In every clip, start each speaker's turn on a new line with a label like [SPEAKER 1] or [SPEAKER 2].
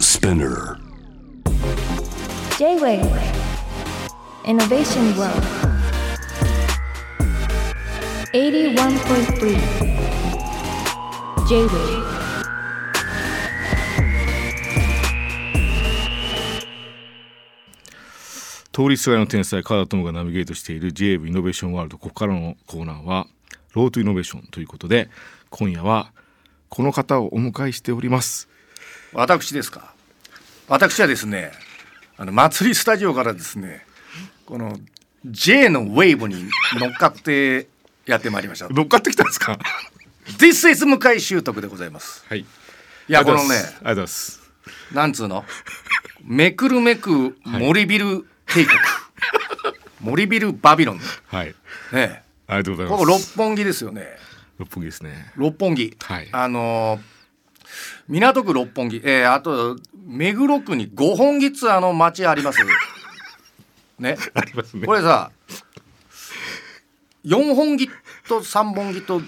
[SPEAKER 1] Spinner.
[SPEAKER 2] J-Wave Innovation World 81.3 J-Wave
[SPEAKER 3] 通りすがりの天才川田智がナビゲートしている j a イノベーションワールドここからのコーナーは「ロートイノベーション」ということで今夜はこの方をお迎えしております
[SPEAKER 4] 私ですか私はですねあの祭りスタジオからですねこの J のウェーブに乗っかってやってまいりました
[SPEAKER 3] 乗っかってきたんですか
[SPEAKER 4] This is 向井修徳でございます
[SPEAKER 3] はいい
[SPEAKER 4] いやこのね
[SPEAKER 3] ありがとうございます
[SPEAKER 4] なんつうのめくるめく森ビル帝国、森ビルバビロンね
[SPEAKER 3] はい
[SPEAKER 4] え
[SPEAKER 3] ありがとうござい
[SPEAKER 4] こ
[SPEAKER 3] ま
[SPEAKER 4] こ
[SPEAKER 3] す
[SPEAKER 4] 六本木ですよね
[SPEAKER 3] 六本木ですね
[SPEAKER 4] 六本木、
[SPEAKER 3] はい
[SPEAKER 4] あのー港区六本木、えーあと目黒区に五本木っつうあの町あり ますね
[SPEAKER 3] ありますね
[SPEAKER 4] これさ4本木と3本木と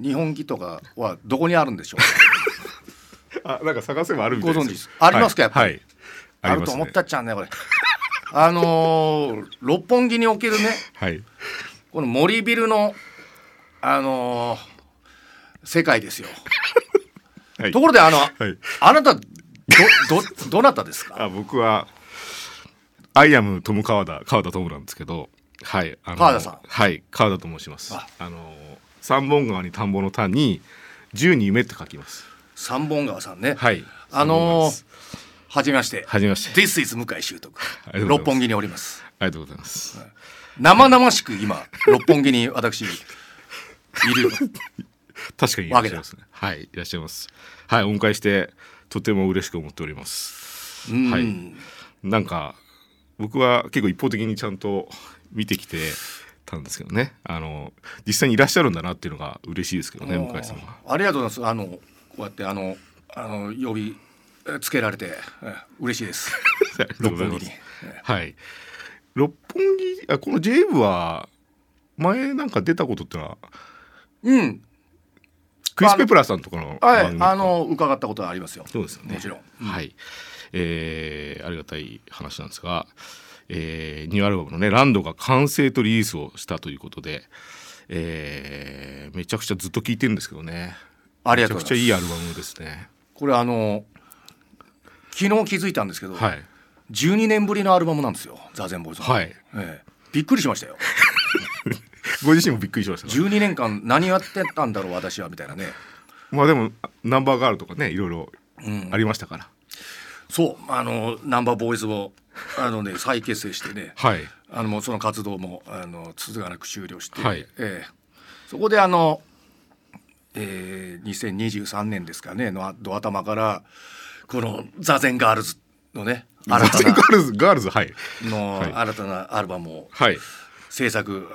[SPEAKER 4] 2本木とかはどこにあるんでしょ う
[SPEAKER 3] あなんか探せばあるみたい
[SPEAKER 4] ご存知ですありますかやっぱり
[SPEAKER 3] はい
[SPEAKER 4] あると思ったっちゃうねこれあのー六本木におけるね
[SPEAKER 3] はい
[SPEAKER 4] この森ビルのあのー世界ですよ
[SPEAKER 3] はい
[SPEAKER 4] ところであの、
[SPEAKER 3] はい
[SPEAKER 4] あなたどどどなたですか
[SPEAKER 3] あ僕はアイアムトム川田川田トムなんですけどはいあの
[SPEAKER 4] 川田さん
[SPEAKER 3] はい川田と申します
[SPEAKER 4] あ
[SPEAKER 3] あの三本川に田んぼの田に十に夢って書きます
[SPEAKER 4] 三本川さんね、
[SPEAKER 3] はい
[SPEAKER 4] あのー
[SPEAKER 3] 三本川です
[SPEAKER 4] はじめまして
[SPEAKER 3] はじめまして
[SPEAKER 4] This is 向井修徳
[SPEAKER 3] りがとうございます
[SPEAKER 4] 六本木におります
[SPEAKER 3] ありがとうございます
[SPEAKER 4] 生々しく今六本木に私いる
[SPEAKER 3] 確かにいらっしゃいますねはいいらっしゃいますはいお迎えしてとても嬉しく思っております
[SPEAKER 4] うん、
[SPEAKER 3] はいなんか僕は結構一方的にちゃんと見てきてたんですけどねあの実際にいらっしゃるんだなっていうのが嬉しいですけどね向井さんは
[SPEAKER 4] ありがとうございますあのこうやってあのあの呼びえつけられてえ嬉しい です
[SPEAKER 3] ありがとうございま
[SPEAKER 4] 六本木
[SPEAKER 3] す
[SPEAKER 4] に
[SPEAKER 3] はい。六本木、あ、この J ブは。前なんか出たことってのは、
[SPEAKER 4] うん
[SPEAKER 3] クリスペプラーさんとかの
[SPEAKER 4] はい
[SPEAKER 3] 番組とか
[SPEAKER 4] あの伺ったことはありますよ
[SPEAKER 3] そうですよね。
[SPEAKER 4] もちろん。
[SPEAKER 3] はい。えーありがたい話なんですが、えーニューアルバムのね、ランドが完成とリリースをしたということで、えーめちゃくちゃずっと聴いてるんですけどね。
[SPEAKER 4] あり
[SPEAKER 3] め
[SPEAKER 4] がとう
[SPEAKER 3] ちゃ
[SPEAKER 4] ご
[SPEAKER 3] くちゃ
[SPEAKER 4] ざい
[SPEAKER 3] い
[SPEAKER 4] ます
[SPEAKER 3] いアルバムですね。
[SPEAKER 4] これあの昨日気づいたんですけど、
[SPEAKER 3] はい。
[SPEAKER 4] 12年ぶりのアルバムなんですよザーゼンボーイズの
[SPEAKER 3] はい。
[SPEAKER 4] ええびっくりしましたよ
[SPEAKER 3] ご自身もびっくりしましたね。
[SPEAKER 4] 12年間何やってたんだろう私はみたいなね
[SPEAKER 3] まあでも、ナンバーガールとかね、いろいろありましたから。
[SPEAKER 4] そうあのナンバーボーイズをあの、ね、再結成してね
[SPEAKER 3] はい。
[SPEAKER 4] あのもうその活動もあの続かなく終了して、
[SPEAKER 3] はい
[SPEAKER 4] ええそこであの、ええ2023年ですかねのあド頭からこの「座禅ガールズ」のね新た
[SPEAKER 3] ガ
[SPEAKER 4] な
[SPEAKER 3] ールズ、ガールズ、はい。
[SPEAKER 4] の
[SPEAKER 3] はい
[SPEAKER 4] 新たなアルバムを
[SPEAKER 3] はい。
[SPEAKER 4] 制作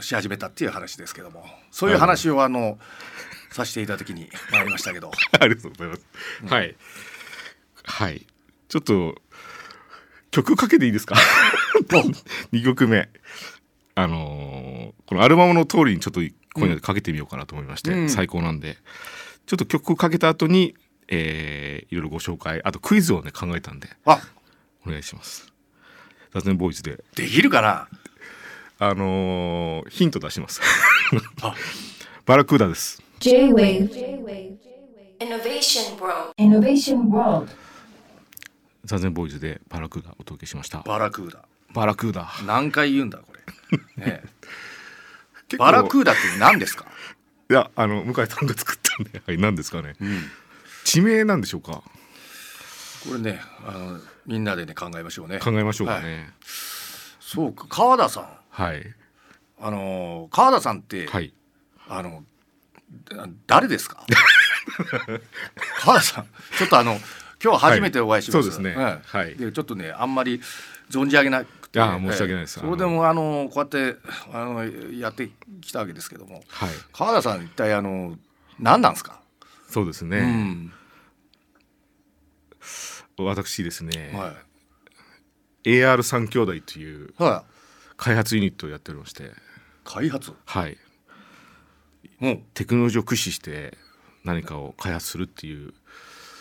[SPEAKER 4] うし始めたっていう話ですけどもそういう話をあのさせていただきになりましたけど
[SPEAKER 3] ありがとうございます。はい。はい。ちょっと、曲かけていいですか ?2 曲目。あのーこのアルバムの通りにちょっと今夜かけてみようかなと思いまして、
[SPEAKER 4] うん
[SPEAKER 3] 最高なんで。ちょっと曲かけた後に、えーいろいろご紹介、あとクイズをね、考えたんで、
[SPEAKER 4] あ
[SPEAKER 3] お願いします。雑念ボーイズで、
[SPEAKER 4] できるかな
[SPEAKER 3] あのーヒント出します
[SPEAKER 4] あ。
[SPEAKER 3] バラクーダです。
[SPEAKER 2] J-Wave Innovation World
[SPEAKER 3] ザゼンボーイズでバラクーダお届けしました。
[SPEAKER 4] バラクーダ
[SPEAKER 3] バラクーダ。
[SPEAKER 4] 何回言うんだこれ、ね え、バラクーダって何ですか、
[SPEAKER 3] いやあの向井さんが作ったんで、はい、何ですかね地名なんでしょうか
[SPEAKER 4] これねあのみんなでね考えましょうね
[SPEAKER 3] 考えましょうか
[SPEAKER 4] はい
[SPEAKER 3] ね
[SPEAKER 4] そうか川田さん
[SPEAKER 3] はい
[SPEAKER 4] あの川田さんって、
[SPEAKER 3] はい
[SPEAKER 4] あのだ誰です か川田さんちょっとあの今日初めてお会いします、
[SPEAKER 3] はいそうですね
[SPEAKER 4] ん
[SPEAKER 3] はい
[SPEAKER 4] でちょっとねあんまり存じ上げなくて、
[SPEAKER 3] いや申し訳ないです
[SPEAKER 4] ええそれでもあのこうやってあのやってきたわけですけども
[SPEAKER 3] はい
[SPEAKER 4] 川田さん一体あの何なんですか、
[SPEAKER 3] そうです
[SPEAKER 4] う
[SPEAKER 3] ね、
[SPEAKER 4] ん
[SPEAKER 3] 私ですね、
[SPEAKER 4] はい
[SPEAKER 3] AR3 兄弟という
[SPEAKER 4] は
[SPEAKER 3] 開発ユニットをやっておりまして
[SPEAKER 4] い、開発
[SPEAKER 3] はい
[SPEAKER 4] もう
[SPEAKER 3] テクノロジーを駆使して何かを開発するっていう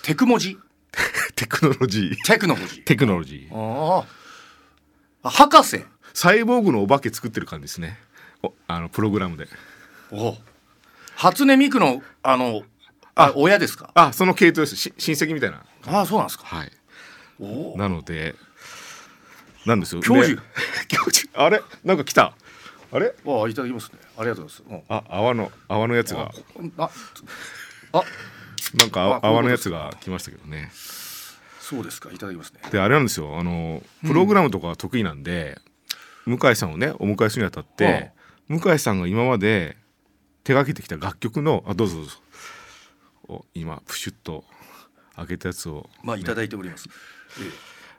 [SPEAKER 4] テク文字
[SPEAKER 3] テクノロジー
[SPEAKER 4] テクノロジー
[SPEAKER 3] テクノロジー
[SPEAKER 4] ああ博士
[SPEAKER 3] サイボーグのお化け作ってる感じですねおあのプログラムで
[SPEAKER 4] お初音ミクのあのあ親ですか
[SPEAKER 3] あその系統ですし親戚みたいな
[SPEAKER 4] ああそうなんですか
[SPEAKER 3] はい
[SPEAKER 4] お
[SPEAKER 3] なのでなんですよ
[SPEAKER 4] 教授
[SPEAKER 3] で 教授あれなんか来たあれ
[SPEAKER 4] おあいただきますねありがとうございます、うん
[SPEAKER 3] あ泡の泡のやつが
[SPEAKER 4] ああ
[SPEAKER 3] なんか
[SPEAKER 4] あこういうこと
[SPEAKER 3] 泡のやつが来ましたけどね
[SPEAKER 4] そうですかいただきますね
[SPEAKER 3] であれなんですよあのプログラムとかは得意なんで、向井さんをねお迎えするにあたって、向井さんが今まで手がけてきた楽曲のあどうぞどうぞお今プシュッと開けたやつを、
[SPEAKER 4] まあいただいております、え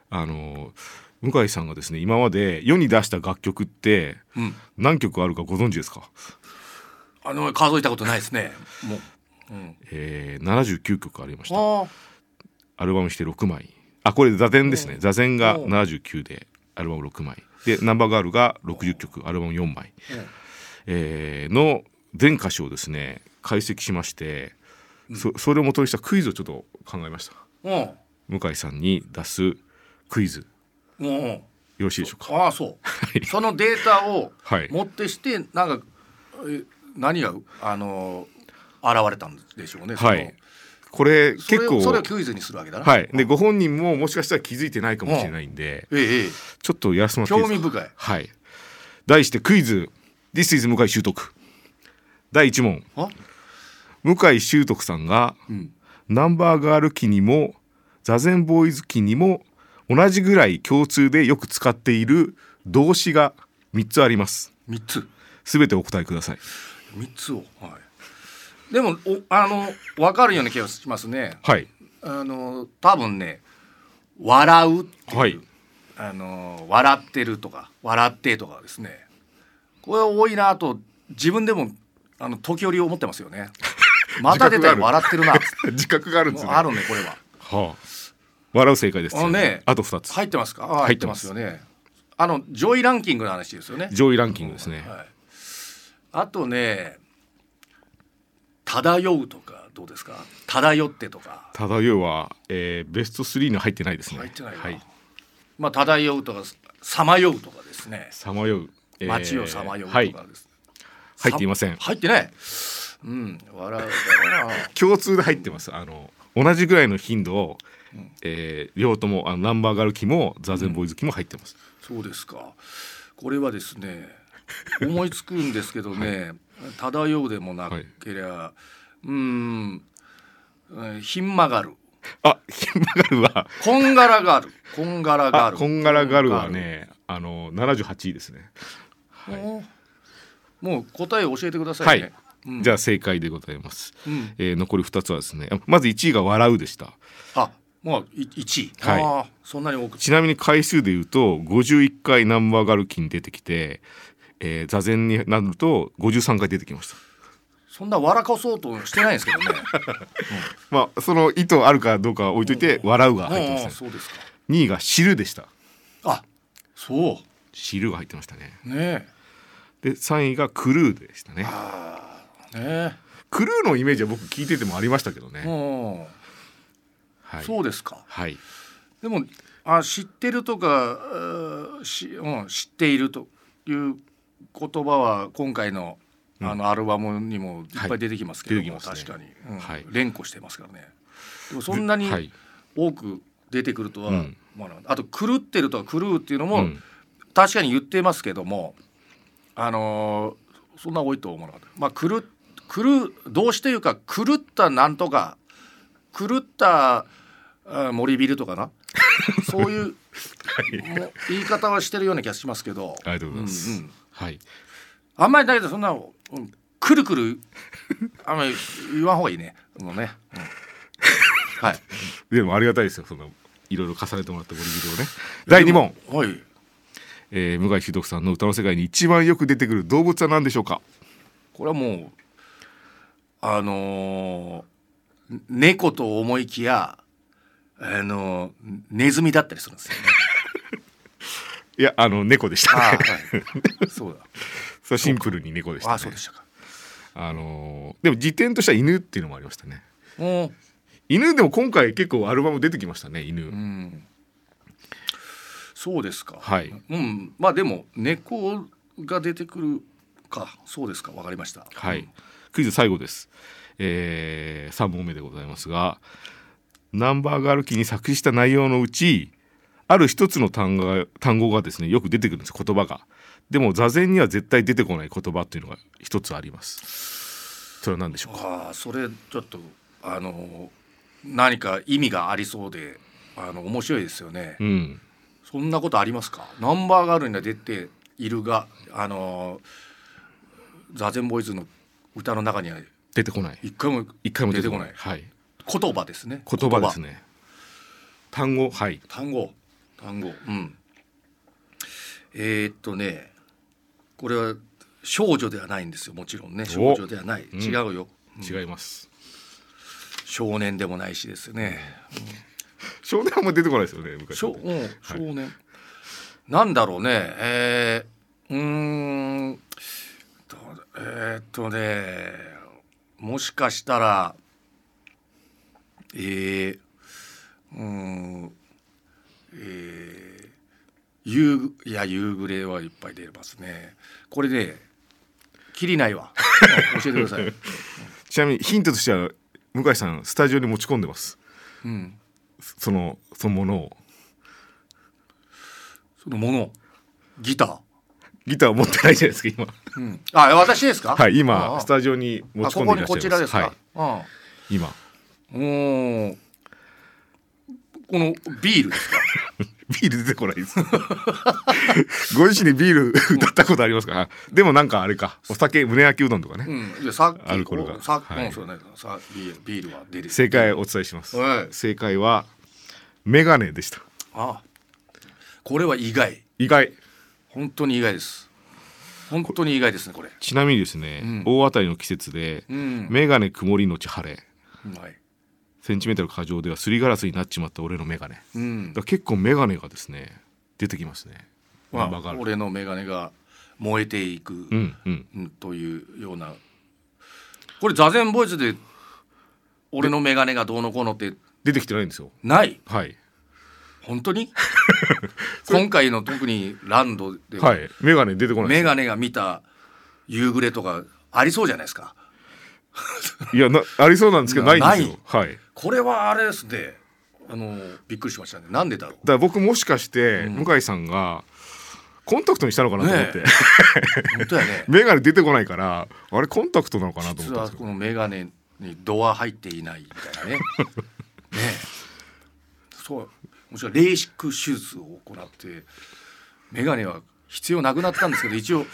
[SPEAKER 3] あの向井さんがですね今まで世に出した楽曲って
[SPEAKER 4] えうん
[SPEAKER 3] 何曲あるかご存知ですか、
[SPEAKER 4] あの数えたことないですねもう、うん、
[SPEAKER 3] えー、79曲ありました
[SPEAKER 4] あ
[SPEAKER 3] アルバムして6枚あこれ座禅ですね座禅が
[SPEAKER 4] おう
[SPEAKER 3] 79でアルバム6枚でナンバーガールが60曲アルバム4枚、えーの全歌詞をですね解析しまして、そそれを元にしたクイズをちょっと考えました
[SPEAKER 4] あ
[SPEAKER 3] 向井さんに出すクイズ
[SPEAKER 4] うんうんうん
[SPEAKER 3] よろしいでしょうか
[SPEAKER 4] ああそう、
[SPEAKER 3] い
[SPEAKER 4] そのデータを
[SPEAKER 3] はい
[SPEAKER 4] 持ってしてなんかえ何があの現れたんでしょうねその
[SPEAKER 3] はいこれ
[SPEAKER 4] それ
[SPEAKER 3] 結
[SPEAKER 4] を
[SPEAKER 3] 構
[SPEAKER 4] それをクイズにするわけだな、
[SPEAKER 3] はいでご本人ももしかしたら気づいてないかもしれないんで
[SPEAKER 4] ええええ
[SPEAKER 3] ちょっとやらせてもらっていい
[SPEAKER 4] 興
[SPEAKER 3] ですか
[SPEAKER 4] 味深い
[SPEAKER 3] はい。題してクイズ This is 向井修徳。第1問。
[SPEAKER 4] あ
[SPEAKER 3] 向井修徳さんが、
[SPEAKER 4] ん
[SPEAKER 3] ナンバーガール期にも座禅ボーイズ期にも同じぐらい共通でよく使っている動詞が3つあります。
[SPEAKER 4] 三つ
[SPEAKER 3] すべてお答えください。
[SPEAKER 4] 三つをはいでもおあの分かるような気がしますね
[SPEAKER 3] はい。
[SPEAKER 4] あの多分ね「笑う」
[SPEAKER 3] はい。
[SPEAKER 4] あの「笑ってる」とか「笑って」とかですねこれ多いなと自分でもあの時折思ってますよ ねまた出た
[SPEAKER 3] 自覚
[SPEAKER 4] り
[SPEAKER 3] が
[SPEAKER 4] 笑ってるな
[SPEAKER 3] 自覚があるんですね。
[SPEAKER 4] もうあるねこれは
[SPEAKER 3] はあ。笑う正解です。
[SPEAKER 4] あのね
[SPEAKER 3] あと2つ。
[SPEAKER 4] 入ってますかあ
[SPEAKER 3] 入
[SPEAKER 4] 入
[SPEAKER 3] っ
[SPEAKER 4] ってて
[SPEAKER 3] ま
[SPEAKER 4] ますすよねあの上位ランキングの話ですよね
[SPEAKER 3] 上位ランキングですね。
[SPEAKER 4] はい、あとね「漂う」とかどうですか「漂って」とか
[SPEAKER 3] ただ要は、えーベスト3には入ってないですね。
[SPEAKER 4] 入ってないな
[SPEAKER 3] はい。
[SPEAKER 4] まあ「漂う」とか「さまよう」とかですね
[SPEAKER 3] さまよう。えー
[SPEAKER 4] 街をさまようと
[SPEAKER 3] はい。
[SPEAKER 4] かですね、
[SPEAKER 3] 入っていません。
[SPEAKER 4] 入ってないうん笑うだろうな
[SPEAKER 3] 共通で入ってますあの同じぐらいの頻度を、えー両ともあのナンバーガール機もザーゼンボーイズ機も入ってます、
[SPEAKER 4] そうですかこれはですね思いつくんですけどね「漂う」でもなけりゃ、うんうんひん曲がる
[SPEAKER 3] あヒンマガルは
[SPEAKER 4] こんがらがるこんがらが
[SPEAKER 3] あ
[SPEAKER 4] る
[SPEAKER 3] こんがらガルはねあの78位ですね
[SPEAKER 4] もうもう答え教えてくださ
[SPEAKER 3] はいい、
[SPEAKER 4] ね。うん
[SPEAKER 3] じゃあ正解でございます、
[SPEAKER 4] うん
[SPEAKER 3] えー残り2つはですねあまず1位が「笑う」でした
[SPEAKER 4] あ、もうい一位。
[SPEAKER 3] はい
[SPEAKER 4] ああ、そんなに多く。
[SPEAKER 3] ちなみに回数で言うと51回ナンバーガール機に出てきて、えー座禅になると53回出てきました
[SPEAKER 4] そんな笑かそうとしてないんです けどね。
[SPEAKER 3] まあその意図あるかどうかは置いといて「笑う」が入って
[SPEAKER 4] うんう
[SPEAKER 3] ま
[SPEAKER 4] ん
[SPEAKER 3] す
[SPEAKER 4] そ
[SPEAKER 3] ね
[SPEAKER 4] うですか。
[SPEAKER 3] 2位が「知る」でした
[SPEAKER 4] あ、そ
[SPEAKER 3] 「知る」が入ってましたね
[SPEAKER 4] う。ねえ。
[SPEAKER 3] で3位がクルーでしたね
[SPEAKER 4] ああ、ね
[SPEAKER 3] クルーのイメージは僕聞いててもありましたけどね、
[SPEAKER 4] え。うん、
[SPEAKER 3] はい、
[SPEAKER 4] そうですか。
[SPEAKER 3] はい
[SPEAKER 4] でも、あ、知ってるとか、えーし、うん、知っているという言葉は今回の。あのアルバムにもいっぱい出てきますけども、
[SPEAKER 3] はい出てきますね
[SPEAKER 4] 確かに、うん
[SPEAKER 3] はい
[SPEAKER 4] 連呼してますからね。でもそんなに、
[SPEAKER 3] はい
[SPEAKER 4] 多く出てくるとは、
[SPEAKER 3] うん
[SPEAKER 4] まあ、あと「狂ってる」とか「狂う」っていうの
[SPEAKER 3] う
[SPEAKER 4] も、
[SPEAKER 3] ん、
[SPEAKER 4] 確かに言ってますけどもあのーそんな多いとは思わなかった、まあ、狂っ狂う動詞というか狂ったなんとか狂ったあ森ビルとか なそういう、もう言い方はしてるような気がしますけど
[SPEAKER 3] ありがとうございます、
[SPEAKER 4] うんうん
[SPEAKER 3] はい
[SPEAKER 4] あんまりだけどそんな、うん、くるくるあんまり言わん方がいいね。もうねうんはい、
[SPEAKER 3] でもありがたいですよそのいろいろ重ねてもらったボリビルをね 第2問、
[SPEAKER 4] はい
[SPEAKER 3] えー、向井秀徳さんの歌の世界に一番よく出てくる動物は何でしょうか
[SPEAKER 4] これはもうあのーね猫と思いきやあのーネズミだったりするんですよ ね。
[SPEAKER 3] いやあの猫でした、
[SPEAKER 4] あ
[SPEAKER 3] ね、
[SPEAKER 4] はい、そう
[SPEAKER 3] そうシンプルに猫でした、
[SPEAKER 4] だ。
[SPEAKER 3] ね、
[SPEAKER 4] あそうでしたか。
[SPEAKER 3] あのーでも時点としては犬っていうのもありましたね
[SPEAKER 4] うん
[SPEAKER 3] 犬でも今回結構アルバム出てきましたね犬、
[SPEAKER 4] うんそうですか。
[SPEAKER 3] はい
[SPEAKER 4] うん、まあでも猫が出てくるか、そうですか、わかりました。
[SPEAKER 3] はい、クイズ最後です、えー、3問目でございますがナンバーガール期に作詞した内容のうちある一つの単語が単語がですねよく出てくるんです言葉がでも座禅には絶対出てこない言葉というのが一つありますそれは何でしょうか
[SPEAKER 4] ああ、それちょっとあの何か意味がありそうで、あの面白いですよね。
[SPEAKER 3] うん
[SPEAKER 4] そんなことありますか。ナンバーガールには出ているが、あのザゼンボーイズの歌の中には
[SPEAKER 3] 出てこない
[SPEAKER 4] 一回も
[SPEAKER 3] 一回も出てこない
[SPEAKER 4] 出て
[SPEAKER 3] はい
[SPEAKER 4] 言葉ですね。
[SPEAKER 3] 言葉ですね単語はい
[SPEAKER 4] 単語単語うんえーっとねこれは少女ではないんですよもちろんね少女ではない
[SPEAKER 3] ん
[SPEAKER 4] 違うよ、うん
[SPEAKER 3] 違います、
[SPEAKER 4] 少年でもないしですね
[SPEAKER 3] 少年はあんま出てこないですよね昔
[SPEAKER 4] 少,、うん、少年、なんだろうねえー、うーんとえーっとねもしかしたらえー、うーんえー夕いや夕暮れはいっぱい出ますねこれで切りない わうん教えてください、
[SPEAKER 3] ちなみにヒントとしては向井さんスタジオに持ち込んでます
[SPEAKER 4] うん、
[SPEAKER 3] そのそのものを
[SPEAKER 4] そのものギター
[SPEAKER 3] ギターを持ってないじゃないですか今
[SPEAKER 4] うん、あ私ですか
[SPEAKER 3] はい
[SPEAKER 4] あ
[SPEAKER 3] 今
[SPEAKER 4] あ
[SPEAKER 3] スタジオに持
[SPEAKER 4] あ
[SPEAKER 3] ち込
[SPEAKER 4] こ
[SPEAKER 3] んで
[SPEAKER 4] こ
[SPEAKER 3] いら
[SPEAKER 4] に
[SPEAKER 3] っしゃいま
[SPEAKER 4] こちらですか、
[SPEAKER 3] す
[SPEAKER 4] うん
[SPEAKER 3] い、今
[SPEAKER 4] おお。このビールですか。
[SPEAKER 3] ビール出てこないです ご自身でビール歌ったことありますか、あでもなんかあれかお酒胸焼きうどんとかね、
[SPEAKER 4] うん。いやさっき
[SPEAKER 3] アルコールが
[SPEAKER 4] さっき、
[SPEAKER 3] はい
[SPEAKER 4] うんそうね。さビールビールは出る。
[SPEAKER 3] 正解お伝えします、
[SPEAKER 4] はい
[SPEAKER 3] 正解はメガネでした
[SPEAKER 4] あ。これは意外。
[SPEAKER 3] 意外
[SPEAKER 4] 本当に意外です。本当に意外ですねこれ。
[SPEAKER 3] ちなみにですね、
[SPEAKER 4] うん
[SPEAKER 3] 大当たりの季節で、
[SPEAKER 4] うん。
[SPEAKER 3] メガネ曇りのち晴れ
[SPEAKER 4] はい。
[SPEAKER 3] センチメートル過剰ではすりガラスになっちまった俺のメガネだか
[SPEAKER 4] うん
[SPEAKER 3] ら。結構メガネがですね出てきますね
[SPEAKER 4] ま
[SPEAKER 3] ナンバーガ
[SPEAKER 4] あ
[SPEAKER 3] ール
[SPEAKER 4] 俺のメガネが燃えていく、
[SPEAKER 3] うんうん
[SPEAKER 4] うんというような。これ座禅ボイスで俺のメガネがどうのこうのって
[SPEAKER 3] 出てきてないんですよ
[SPEAKER 4] ない。
[SPEAKER 3] はい
[SPEAKER 4] 本当 に今回の特にランドでは
[SPEAKER 3] はいメガネ出てこないです
[SPEAKER 4] メガネが見た夕暮れとかありそうじゃないですか
[SPEAKER 3] いやなありそうなんですけどな
[SPEAKER 4] ないい
[SPEAKER 3] んですよはいだか
[SPEAKER 4] これはあれですねあのびっくりしましたねなんでだろ
[SPEAKER 3] ら僕もしかして
[SPEAKER 4] うん
[SPEAKER 3] 向井さんがコンタクトにしたのかなと思って、
[SPEAKER 4] ねう本当やね
[SPEAKER 3] メガネ出てこないからあれコンタクトなのか なと思
[SPEAKER 4] 実
[SPEAKER 3] ったん
[SPEAKER 4] は
[SPEAKER 3] ですけ
[SPEAKER 4] こ
[SPEAKER 3] ど
[SPEAKER 4] のメガネにドア入っていないみたいなね ねえそうもちろんレーシック手術を行ってメガネは必要なくなったんですけど一応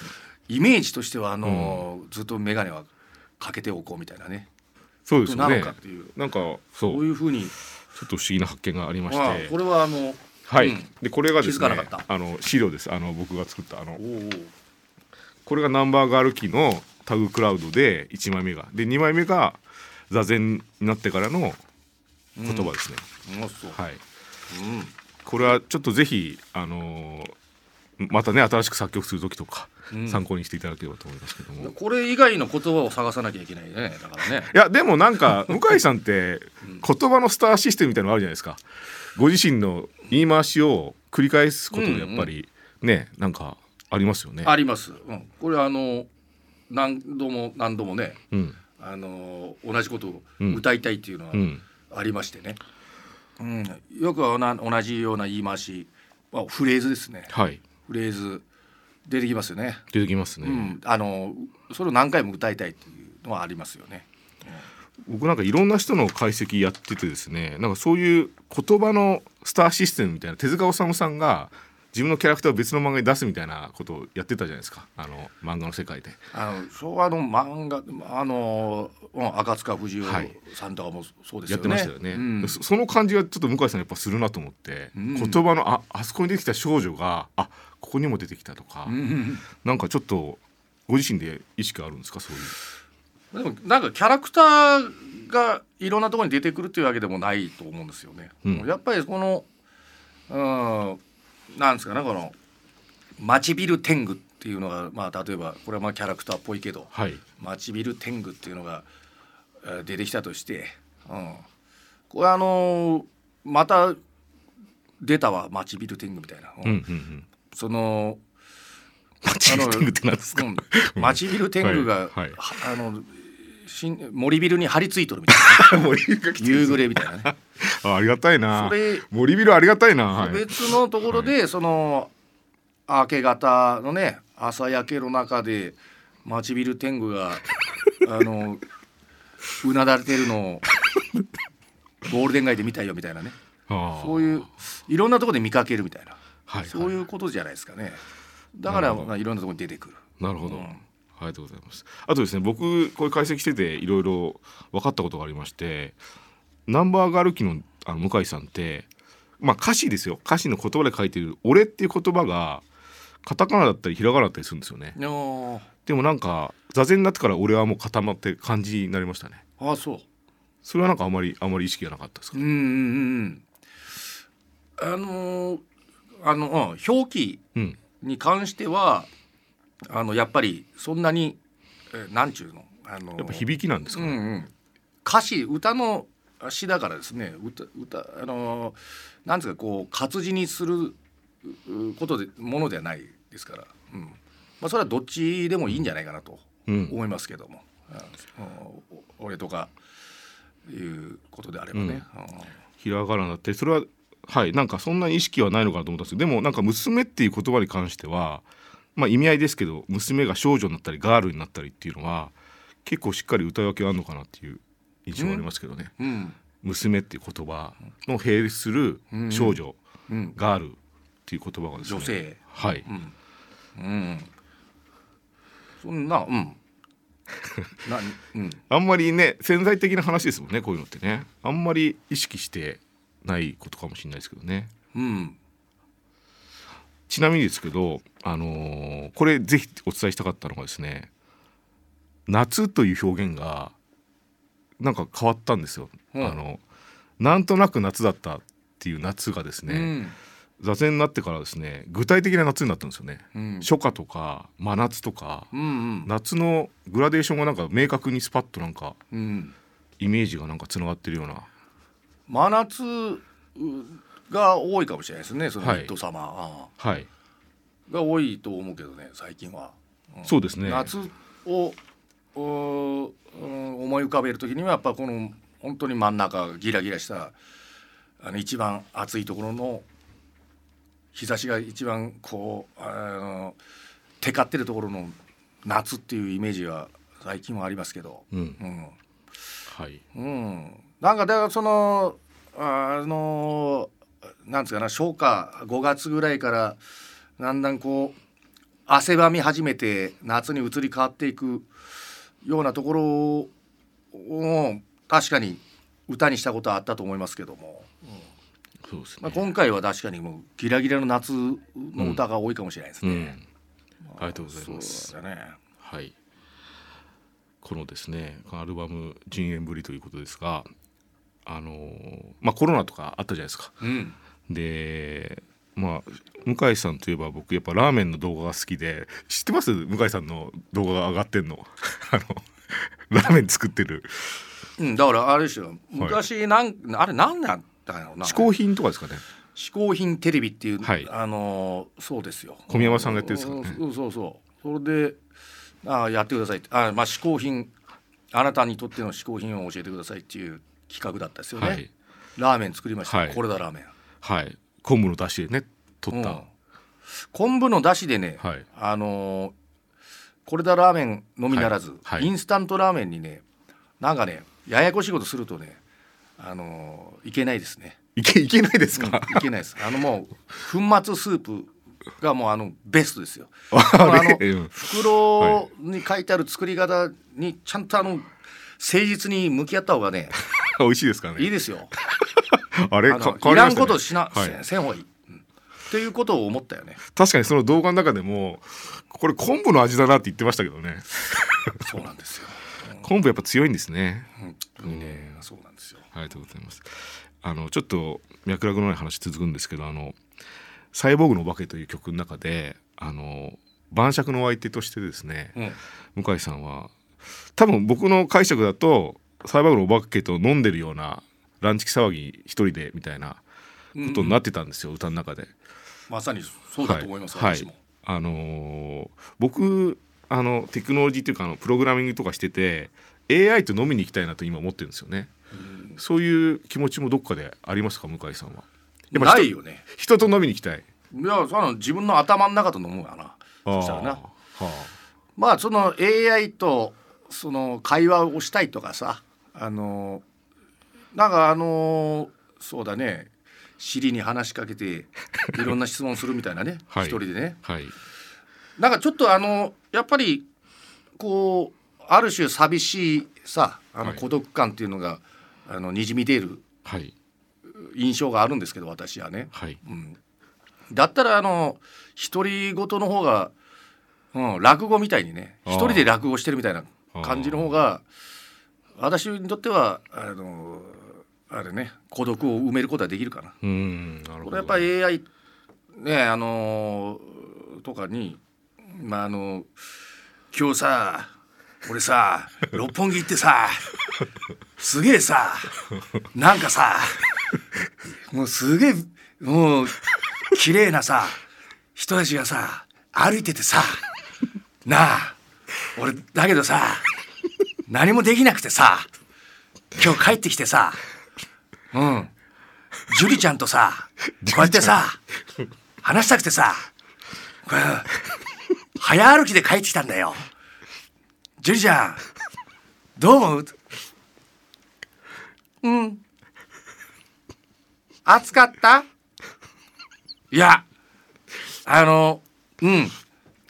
[SPEAKER 4] イメージとしてはあの、ずっとメガネはかけておこうみたいなね
[SPEAKER 3] そうです
[SPEAKER 4] こと
[SPEAKER 3] よ
[SPEAKER 4] なの
[SPEAKER 3] ね
[SPEAKER 4] かっていう
[SPEAKER 3] なんかそ
[SPEAKER 4] こ
[SPEAKER 3] う
[SPEAKER 4] ういうふうに
[SPEAKER 3] ちょっと不思議な発見がありまし
[SPEAKER 4] まあ
[SPEAKER 3] て
[SPEAKER 4] これはあの
[SPEAKER 3] はい、
[SPEAKER 4] うん
[SPEAKER 3] でこれがです
[SPEAKER 4] 気づか
[SPEAKER 3] ね
[SPEAKER 4] なかった
[SPEAKER 3] あの資料ですあの僕が作ったあの
[SPEAKER 4] おうおう
[SPEAKER 3] これがナンバーガール機のタグクラウドで1枚目がで2枚目が座禅になってからの言葉ですね、
[SPEAKER 4] うまそう、
[SPEAKER 3] はい
[SPEAKER 4] うん
[SPEAKER 3] これはちょっとぜひあのーまたね新しく作曲する時とか、
[SPEAKER 4] うん
[SPEAKER 3] 参考にしていただければと思いますけどもい
[SPEAKER 4] これ以外の言葉を探さなきゃいけないねだ からね
[SPEAKER 3] やでもなん か向井さんって言葉のスターシステムみたいなのあるじゃないですかご自身の言い回しを繰り返すことでやっぱり、ねなんかありますよね
[SPEAKER 4] あります、うん、これあの何度も何度もね
[SPEAKER 3] うん
[SPEAKER 4] あの同じことを
[SPEAKER 3] うん
[SPEAKER 4] 歌いたいっていうのは
[SPEAKER 3] うん
[SPEAKER 4] ありましてね、うんよくはな同じような言い回し、まあ、フレーズですね
[SPEAKER 3] はい
[SPEAKER 4] フレーズ出てきますよね、
[SPEAKER 3] 出てきますね、
[SPEAKER 4] うん、あのそれを何回も歌いたいっていうのはありますよね
[SPEAKER 3] 僕なんかいろんな人の解析やっててですねなんかそういう言葉のスターシステムみたいな手塚治虫さんが自分のキャラクターを別の漫画に出すみたいなことをやってたじゃないですかあの漫画の世界で。
[SPEAKER 4] あの昭和の漫画あの、うん、赤塚不二夫さんとかもそうです
[SPEAKER 3] や
[SPEAKER 4] よね、
[SPEAKER 3] ってましたよね、
[SPEAKER 4] うん
[SPEAKER 3] そその感じがちょっと向井さんやっぱするなと思って、
[SPEAKER 4] うん
[SPEAKER 3] 言葉のああそこに出てきた少女があここにも出てきたとか、
[SPEAKER 4] うん
[SPEAKER 3] なんかちょっとご自身で意識あるんですかそういう
[SPEAKER 4] でもなんかキャラクターがいろんなところに出てくるというわけでもないと思うんですよね。
[SPEAKER 3] うん
[SPEAKER 4] やっぱりこの、うん、なんですかねこの「町ビル天狗」っていうのが、まあ、例えばこれはまあキャラクターっぽいけど
[SPEAKER 3] はい
[SPEAKER 4] 「町ビル天狗」っていうのがえー出てきたとして、うん、これあのーまた出たわマチビルティングみたいな、
[SPEAKER 3] うんうんうん。
[SPEAKER 4] その
[SPEAKER 3] マッチリフティングって何ですか。
[SPEAKER 4] うんマチビルテングが、
[SPEAKER 3] はいはい
[SPEAKER 4] はあの新森ビルに張り付いとるみたい
[SPEAKER 3] 森が来
[SPEAKER 4] な夕暮れみたいなね
[SPEAKER 3] あありがたいな
[SPEAKER 4] そ。れ
[SPEAKER 3] 森ビルありがたいな。はい。
[SPEAKER 4] 別のところでその明け方のね朝焼けの中でマチビル天狗 があのうなだれてるのをゴールデン街で見たよみたいなね
[SPEAKER 3] ああ
[SPEAKER 4] そういういろんなところで見かけるみたいな、
[SPEAKER 3] はいはい
[SPEAKER 4] そういうことじゃないですかねだから、まあ、いろんなところに出てくる
[SPEAKER 3] なるほど、
[SPEAKER 4] うん
[SPEAKER 3] ありがとうございますあとですね僕これ解析してていろいろ分かったことがありましてナンバーガール機のあの向井さんってまあ歌詞ですよ歌詞の言葉で書いてる「俺」っていう言葉がカタカナだったりひらがなだったりするんですよね
[SPEAKER 4] あ
[SPEAKER 3] でもなんか座禅になってから「俺」はもう固まって漢字になりましたね
[SPEAKER 4] あそう
[SPEAKER 3] それはなんかあまりあまり意識がなかったですか
[SPEAKER 4] うんうんうんうんあのーあの、うん、表記
[SPEAKER 3] うん
[SPEAKER 4] に関してはあのやっぱりそんなに、えーなんちゅうのあの
[SPEAKER 3] やっぱ響きなんです
[SPEAKER 4] う
[SPEAKER 3] か
[SPEAKER 4] ん
[SPEAKER 3] ね、
[SPEAKER 4] うん、歌詞歌の詩だからですね歌歌あのーなんつうかこう活字にするうことでものではないですから、うんまあ、それはどっちでもいいんじゃないかなと
[SPEAKER 3] うん
[SPEAKER 4] 思いますけども、うんお俺とかいうことであればね。うん
[SPEAKER 3] ひらがなだってそれははいなんかそんな意識はないのかなと思ったんですけどでもなんか「娘」っていう言葉に関してはまあ意味合いですけど娘が少女になったりガールになったりっていうのは結構しっかり歌い分けがあるのかなっていう印象がありますけどね「
[SPEAKER 4] うん
[SPEAKER 3] 娘」っていう言葉の並列する少女、
[SPEAKER 4] うん
[SPEAKER 3] ガールっていう言葉がですね
[SPEAKER 4] 女性
[SPEAKER 3] はい、
[SPEAKER 4] うんうんそんな うんなうん
[SPEAKER 3] あんまりね潜在的な話ですもんねこういうのってねあんまり意識してないことかもしれないですけどね
[SPEAKER 4] うん
[SPEAKER 3] ちなみにですけど、あのーこれぜひお伝えしたかったのがですね「夏」という表現がなんか変わったんですよ。
[SPEAKER 4] うん
[SPEAKER 3] あのなんとなく夏だったっていう夏がですね、座禅になってからですね具体的な夏になったんですよね。
[SPEAKER 4] うん
[SPEAKER 3] 初夏とか真夏とか
[SPEAKER 4] うんうん
[SPEAKER 3] 夏のグラデーションがなんか明確にスパッとなんか
[SPEAKER 4] うん
[SPEAKER 3] イメージがなんかつながってるような
[SPEAKER 4] 真夏うが多いかもしれないですねその
[SPEAKER 3] はい
[SPEAKER 4] ミッドサマー、あ
[SPEAKER 3] はい
[SPEAKER 4] あが多いと思うけどね最近は、ん
[SPEAKER 3] そうですね
[SPEAKER 4] 夏をおうん思い浮かべる時にはやっぱこの本当に真ん中ギラギラしたあの一番暑いところの日差しが一番こうあのテカってるところの夏っていうイメージは最近はありますけど、
[SPEAKER 3] うん
[SPEAKER 4] うん
[SPEAKER 3] はい
[SPEAKER 4] うん、なんかだからそのあのなんつうかな初夏5月ぐらいからだんだんこう汗ばみ始めて夏に移り変わっていくようなところをを確かに歌にしたことはあったと思いますけども、
[SPEAKER 3] そうですね、
[SPEAKER 4] まあ、今回は確かにもうギラギラの夏の歌が多いかもしれないです
[SPEAKER 3] う
[SPEAKER 4] ね。
[SPEAKER 3] ん、ありがとうございます。
[SPEAKER 4] そうだね。
[SPEAKER 3] はい、このですねアルバム「陣円ぶり」ということですがあのーまあコロナとかあったじゃないですか。
[SPEAKER 4] うん。
[SPEAKER 3] でまあ向井さんといえば僕やっぱラーメンの動画が好きで知ってます向井さんの動画が上がってんの あのラーメン作ってる
[SPEAKER 4] うん、だからあれですよ。昔なん、あれなんだったのかな。
[SPEAKER 3] 嗜好品とかですかね
[SPEAKER 4] 嗜好品テレビっていう、
[SPEAKER 3] はい
[SPEAKER 4] あのーそうですよ
[SPEAKER 3] 小宮山さんがやってるんですからね
[SPEAKER 4] うんそうそうそうそれであーやってくださいってあーまあ嗜好品あなたにとっての嗜好品を教えてくださいっていう企画だったですよね、
[SPEAKER 3] はい
[SPEAKER 4] ラーメン作りました、
[SPEAKER 3] はい
[SPEAKER 4] これだラーメン
[SPEAKER 3] はい昆布の出汁でね取った、
[SPEAKER 4] うん昆布の出汁でね、
[SPEAKER 3] はい
[SPEAKER 4] あのーこれだラーメンのみならず、
[SPEAKER 3] はいはい
[SPEAKER 4] インスタントラーメンにねなんかねややこしいことするとねあのーいけないですね
[SPEAKER 3] いけいけないですか、
[SPEAKER 4] いけないです。あのもう粉末スープがもうあのベストです よ。
[SPEAKER 3] あ
[SPEAKER 4] あの
[SPEAKER 3] れうん
[SPEAKER 4] 袋に書いてある作り方にちゃんとあの誠実に向き合った方がね
[SPEAKER 3] 美味しいですか
[SPEAKER 4] いい
[SPEAKER 3] ね
[SPEAKER 4] ですよ。
[SPEAKER 3] あれ
[SPEAKER 4] あ
[SPEAKER 3] か
[SPEAKER 4] のい
[SPEAKER 3] 変わりましたね
[SPEAKER 4] らんことしな
[SPEAKER 3] はい
[SPEAKER 4] せせんほうがいい。うんっていうことを思ったよね。
[SPEAKER 3] 確かにその動画の中でもこれ昆布の味だなって言ってましたけどね
[SPEAKER 4] そうなんですよ。
[SPEAKER 3] 昆布やっぱ強いんですね
[SPEAKER 4] 本当にね、そうなんですよ。
[SPEAKER 3] ありがとうございますあのちょっと脈絡のない話続くんですけどあの「サイボーグのお化け」という曲の中であの晩酌のお相手としてですね、
[SPEAKER 4] うん。
[SPEAKER 3] 向井さんは多分僕の解釈だとサイボーグのお化けと飲んでるようなランチキ騒ぎ一人でみたいなことになってたんですよ、歌の中で。
[SPEAKER 4] まさにそうだと思います、
[SPEAKER 3] はい
[SPEAKER 4] 私も、
[SPEAKER 3] あのー僕あのテクノロジーっていうかあのプログラミングとかしてて AI と飲みに行きたいなと今思ってるんですよね、そういう気持ちもどっかでありますか向井さんはやっぱ人
[SPEAKER 4] ないよね
[SPEAKER 3] 人と飲みに行きたい
[SPEAKER 4] いやその自分の頭の中と飲むかなそしたら
[SPEAKER 3] あ
[SPEAKER 4] な
[SPEAKER 3] ーは
[SPEAKER 4] まあその AI とその会話をしたいとかさあのなんかあのそうだね尻に話しかけていろんな質問するみたいなね一、
[SPEAKER 3] はい
[SPEAKER 4] 人でね
[SPEAKER 3] あはい
[SPEAKER 4] なんかちょっとあのやっぱりこうある種寂しいさあの
[SPEAKER 3] はい
[SPEAKER 4] 孤独感っていうのが、あのにじみ出る
[SPEAKER 3] はい
[SPEAKER 4] 印象があるんですけど私はね、
[SPEAKER 3] はい
[SPEAKER 4] うん、だったらあの独り言の方が、うん、落語みたいにね
[SPEAKER 3] あー
[SPEAKER 4] 一人で落語してるみたいな感じの方が私にとってはあのあれね孤独を埋めることはできるかな。
[SPEAKER 3] うーんなるほ
[SPEAKER 4] こ
[SPEAKER 3] ど
[SPEAKER 4] れやっぱり AI ねあのとかにまああの今日さ俺さ六本木行ってさすげえさなんかさもうすげえもう綺麗なさ人たちがさ歩いててさなあ俺だけどさ何もできなくてさ今日帰ってきてさうんジュリちゃんとさこうやってさ話したくてさこれ早歩きで帰ってきたんだよジュリちゃんどう思ううん暑かったいやあのうん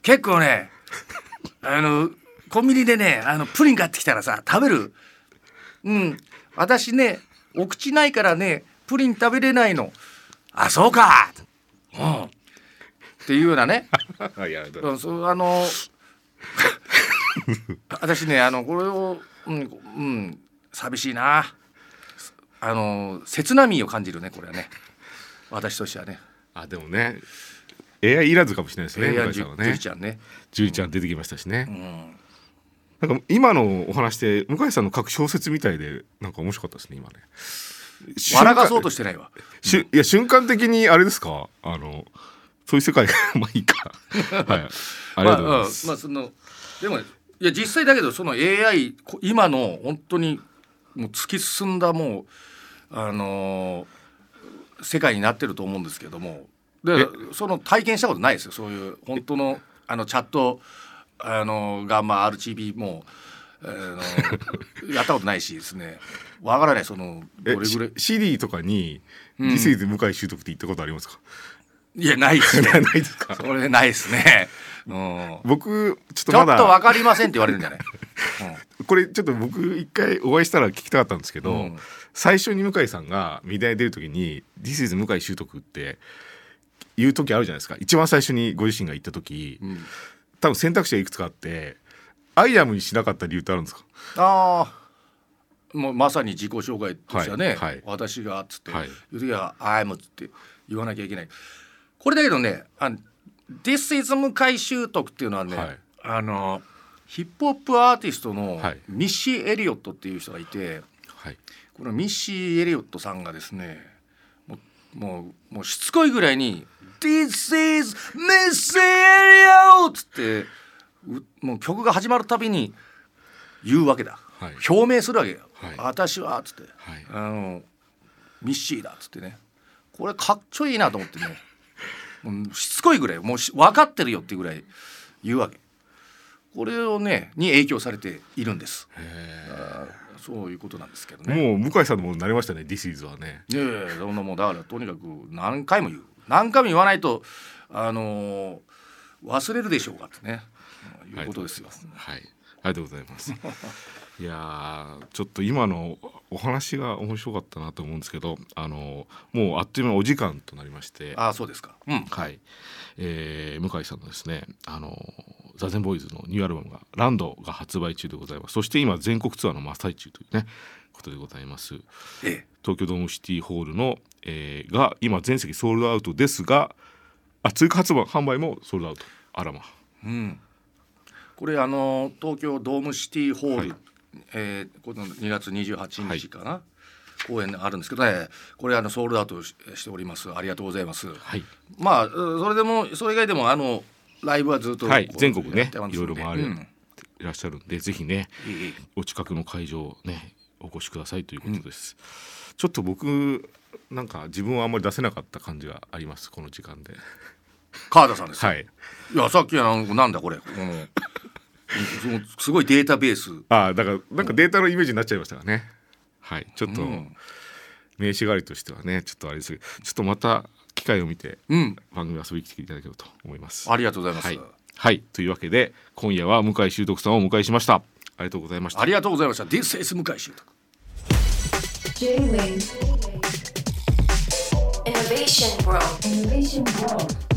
[SPEAKER 4] 結構ねあのコンビニでねあのプリン買ってきたらさ食べるうん、私ね、お口ないからね、プリン食べれないの。あ、そうか。うん。っていうようなね、
[SPEAKER 3] はいはいはい
[SPEAKER 4] うん、そう、あの。 私ね、あの、これを、うん、うん、寂しいな。あの、切なみを感じるね、これはね。私としてはね。
[SPEAKER 3] あでもね AI いらずかもしれないですね
[SPEAKER 4] 平
[SPEAKER 3] 向
[SPEAKER 4] 安
[SPEAKER 3] 井
[SPEAKER 4] じ
[SPEAKER 3] さ
[SPEAKER 4] ゅ
[SPEAKER 3] んは
[SPEAKER 4] ジュリ
[SPEAKER 3] ね
[SPEAKER 4] ちゃんね。
[SPEAKER 3] ジュリちゃん出てきましたしね
[SPEAKER 4] う、ん。
[SPEAKER 3] なんか今のお話で向井さんの書く小説みたいでなんか面白かったですね今ね
[SPEAKER 4] 笑かそうとしてないわ。
[SPEAKER 3] しゅいや瞬間的にあれですかあのそういう世界が まあいいか はいありがとうございます、
[SPEAKER 4] まあ、うんまあそのでもいや実際だけどその AI こ今の本当にもう突き進んだもうあのー世界になってると思うんですけどもでその体験したことないですよそういう本当のあのチャットあのガンマ RGB も。あの やったことないしですねわからないそのどれ
[SPEAKER 3] え
[SPEAKER 4] ぐらい
[SPEAKER 3] シシリーとかに「
[SPEAKER 4] うん
[SPEAKER 3] リセイズ向井習得」って言ったことありますか、
[SPEAKER 4] いやないですね
[SPEAKER 3] ないですか
[SPEAKER 4] それないですね、 うん、
[SPEAKER 3] 僕ちょっと
[SPEAKER 4] ちょ
[SPEAKER 3] ま
[SPEAKER 4] っと
[SPEAKER 3] だ
[SPEAKER 4] わかりませんって言われるん じゃない、うん
[SPEAKER 3] これちょっと僕一回お会いしたら聞きたかったんですけど、
[SPEAKER 4] うん
[SPEAKER 3] 最初に向井さんが美大出る時に「This is 向井習得」って言う時あるじゃないですか一番最初にご自身が言った時
[SPEAKER 4] うん
[SPEAKER 3] 多分選択肢がいくつかあってアイアムにしなかった理由ってあるんですか
[SPEAKER 4] ああもうまさに自己紹介としてはね、
[SPEAKER 3] はいはい
[SPEAKER 4] 私がっつって、
[SPEAKER 3] はい
[SPEAKER 4] 言う時は「I'm」って言わなきゃいけないこれだけどね「あの This is 向井習得」っていうのはね、
[SPEAKER 3] はい
[SPEAKER 4] あのヒップホップアーティストの
[SPEAKER 3] はい
[SPEAKER 4] ミッシー・エリオットっていう人がいて、
[SPEAKER 3] はい
[SPEAKER 4] このミッシー・エリオットさんがですねもうもうもうしつこいぐらいに「This is ミッシー・エリオット!」ってうもう曲が始まるたびに言うわけだ。
[SPEAKER 3] はい
[SPEAKER 4] 表明するわけよ、
[SPEAKER 3] はい
[SPEAKER 4] 私はっつって、
[SPEAKER 3] はい
[SPEAKER 4] あのミッシーだっつってねこれかっちょいいなと思ってね うんしつこいぐらいもうし分かってるよっていうぐらい言うわけこれをねに影響されているんですあーそういうことなんですけどね
[SPEAKER 3] もう向井さんのものになりましたね「This is」はね
[SPEAKER 4] いやいやいやそんなもうだからとにかく何回も言う何回も言わないとあのー忘れるでしょうかってねいうことですよ、
[SPEAKER 3] はいありがとうございます いやーちょっと今のお話が面白かったなと思うんですけどあのもうあっという間にお時間となりまして
[SPEAKER 4] ああそうですかうん
[SPEAKER 3] はい、えー向井さんのですねあのザゼンボーイズのニューアルバムが「ランド」が発売中でございますそして今全国ツアーの真っ最中というねことでございます
[SPEAKER 4] ええ
[SPEAKER 3] 東京ドームシティホールの、えーが今全席ソールドアウトですがあ追加発売販売もソールドアウトあらま
[SPEAKER 4] うん、これあの東京ドームシティホール、
[SPEAKER 3] はい
[SPEAKER 4] えーこの2月28日かな、公演あるんですけどねこれあのソールドアウトししておりますありがとうございます、
[SPEAKER 3] はい
[SPEAKER 4] まあうそれでもそれ以外でもあのライブはずっと
[SPEAKER 3] はい
[SPEAKER 4] こう
[SPEAKER 3] 全国
[SPEAKER 4] や
[SPEAKER 3] ね
[SPEAKER 4] ってますんで
[SPEAKER 3] いろいろ回る
[SPEAKER 4] うん
[SPEAKER 3] いらっしゃるんでぜひね
[SPEAKER 4] いいいい
[SPEAKER 3] お近くの会場ねお越しくださいということです、ちょっと僕なんか自分はあんまり出せなかった感じがありますこの時間で
[SPEAKER 4] 川田さんですよ、
[SPEAKER 3] はい
[SPEAKER 4] いやさっきのなんだこれ、 うん、そのすごいデータベース、
[SPEAKER 3] ああだからなんかデータのイメージになっちゃいましたからねはいちょっ
[SPEAKER 4] う
[SPEAKER 3] と
[SPEAKER 4] ん
[SPEAKER 3] 名刺代わりとしてはねちょっとあれですけどちょっとまた機会を見て
[SPEAKER 4] うん、
[SPEAKER 3] 番組遊びに来ていただければと思います
[SPEAKER 4] ありがとうございます、
[SPEAKER 3] はい、はい、というわけで今夜は向井修徳さんをお迎えしましたありがとうございました
[SPEAKER 4] ありがとうございました This is 向井修徳
[SPEAKER 2] J-Wave Innovation World Innovation World